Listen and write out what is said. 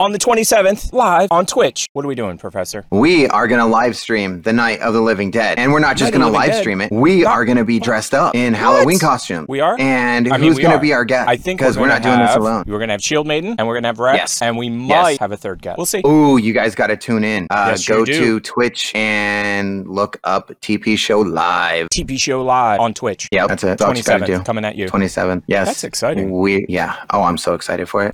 on the 27th live on Twitch. What are we doing, Professor? We are going to live stream the Night of the Living Dead. And we're not just Night of going to the Living live Dead? stream it. We Not- are going to be dressed up in Halloween costume. We are? And I mean, who's we going are. to be our guest? I think Ah, because we're, gonna not doing this have- alone. We're gonna have Shield Maiden, and we're gonna have Rex, Yes. and we might Yes. have a third guest. We'll see. Ooh, you guys got to tune in. Uh, Yes, you go do. to Twitch and look up TP Show Live. TP show live on Twitch. Yep, that's it. That's all you got to do. 27th coming at you. 27th. Yes. That's exciting. We yeah. Oh, I'm so excited for it.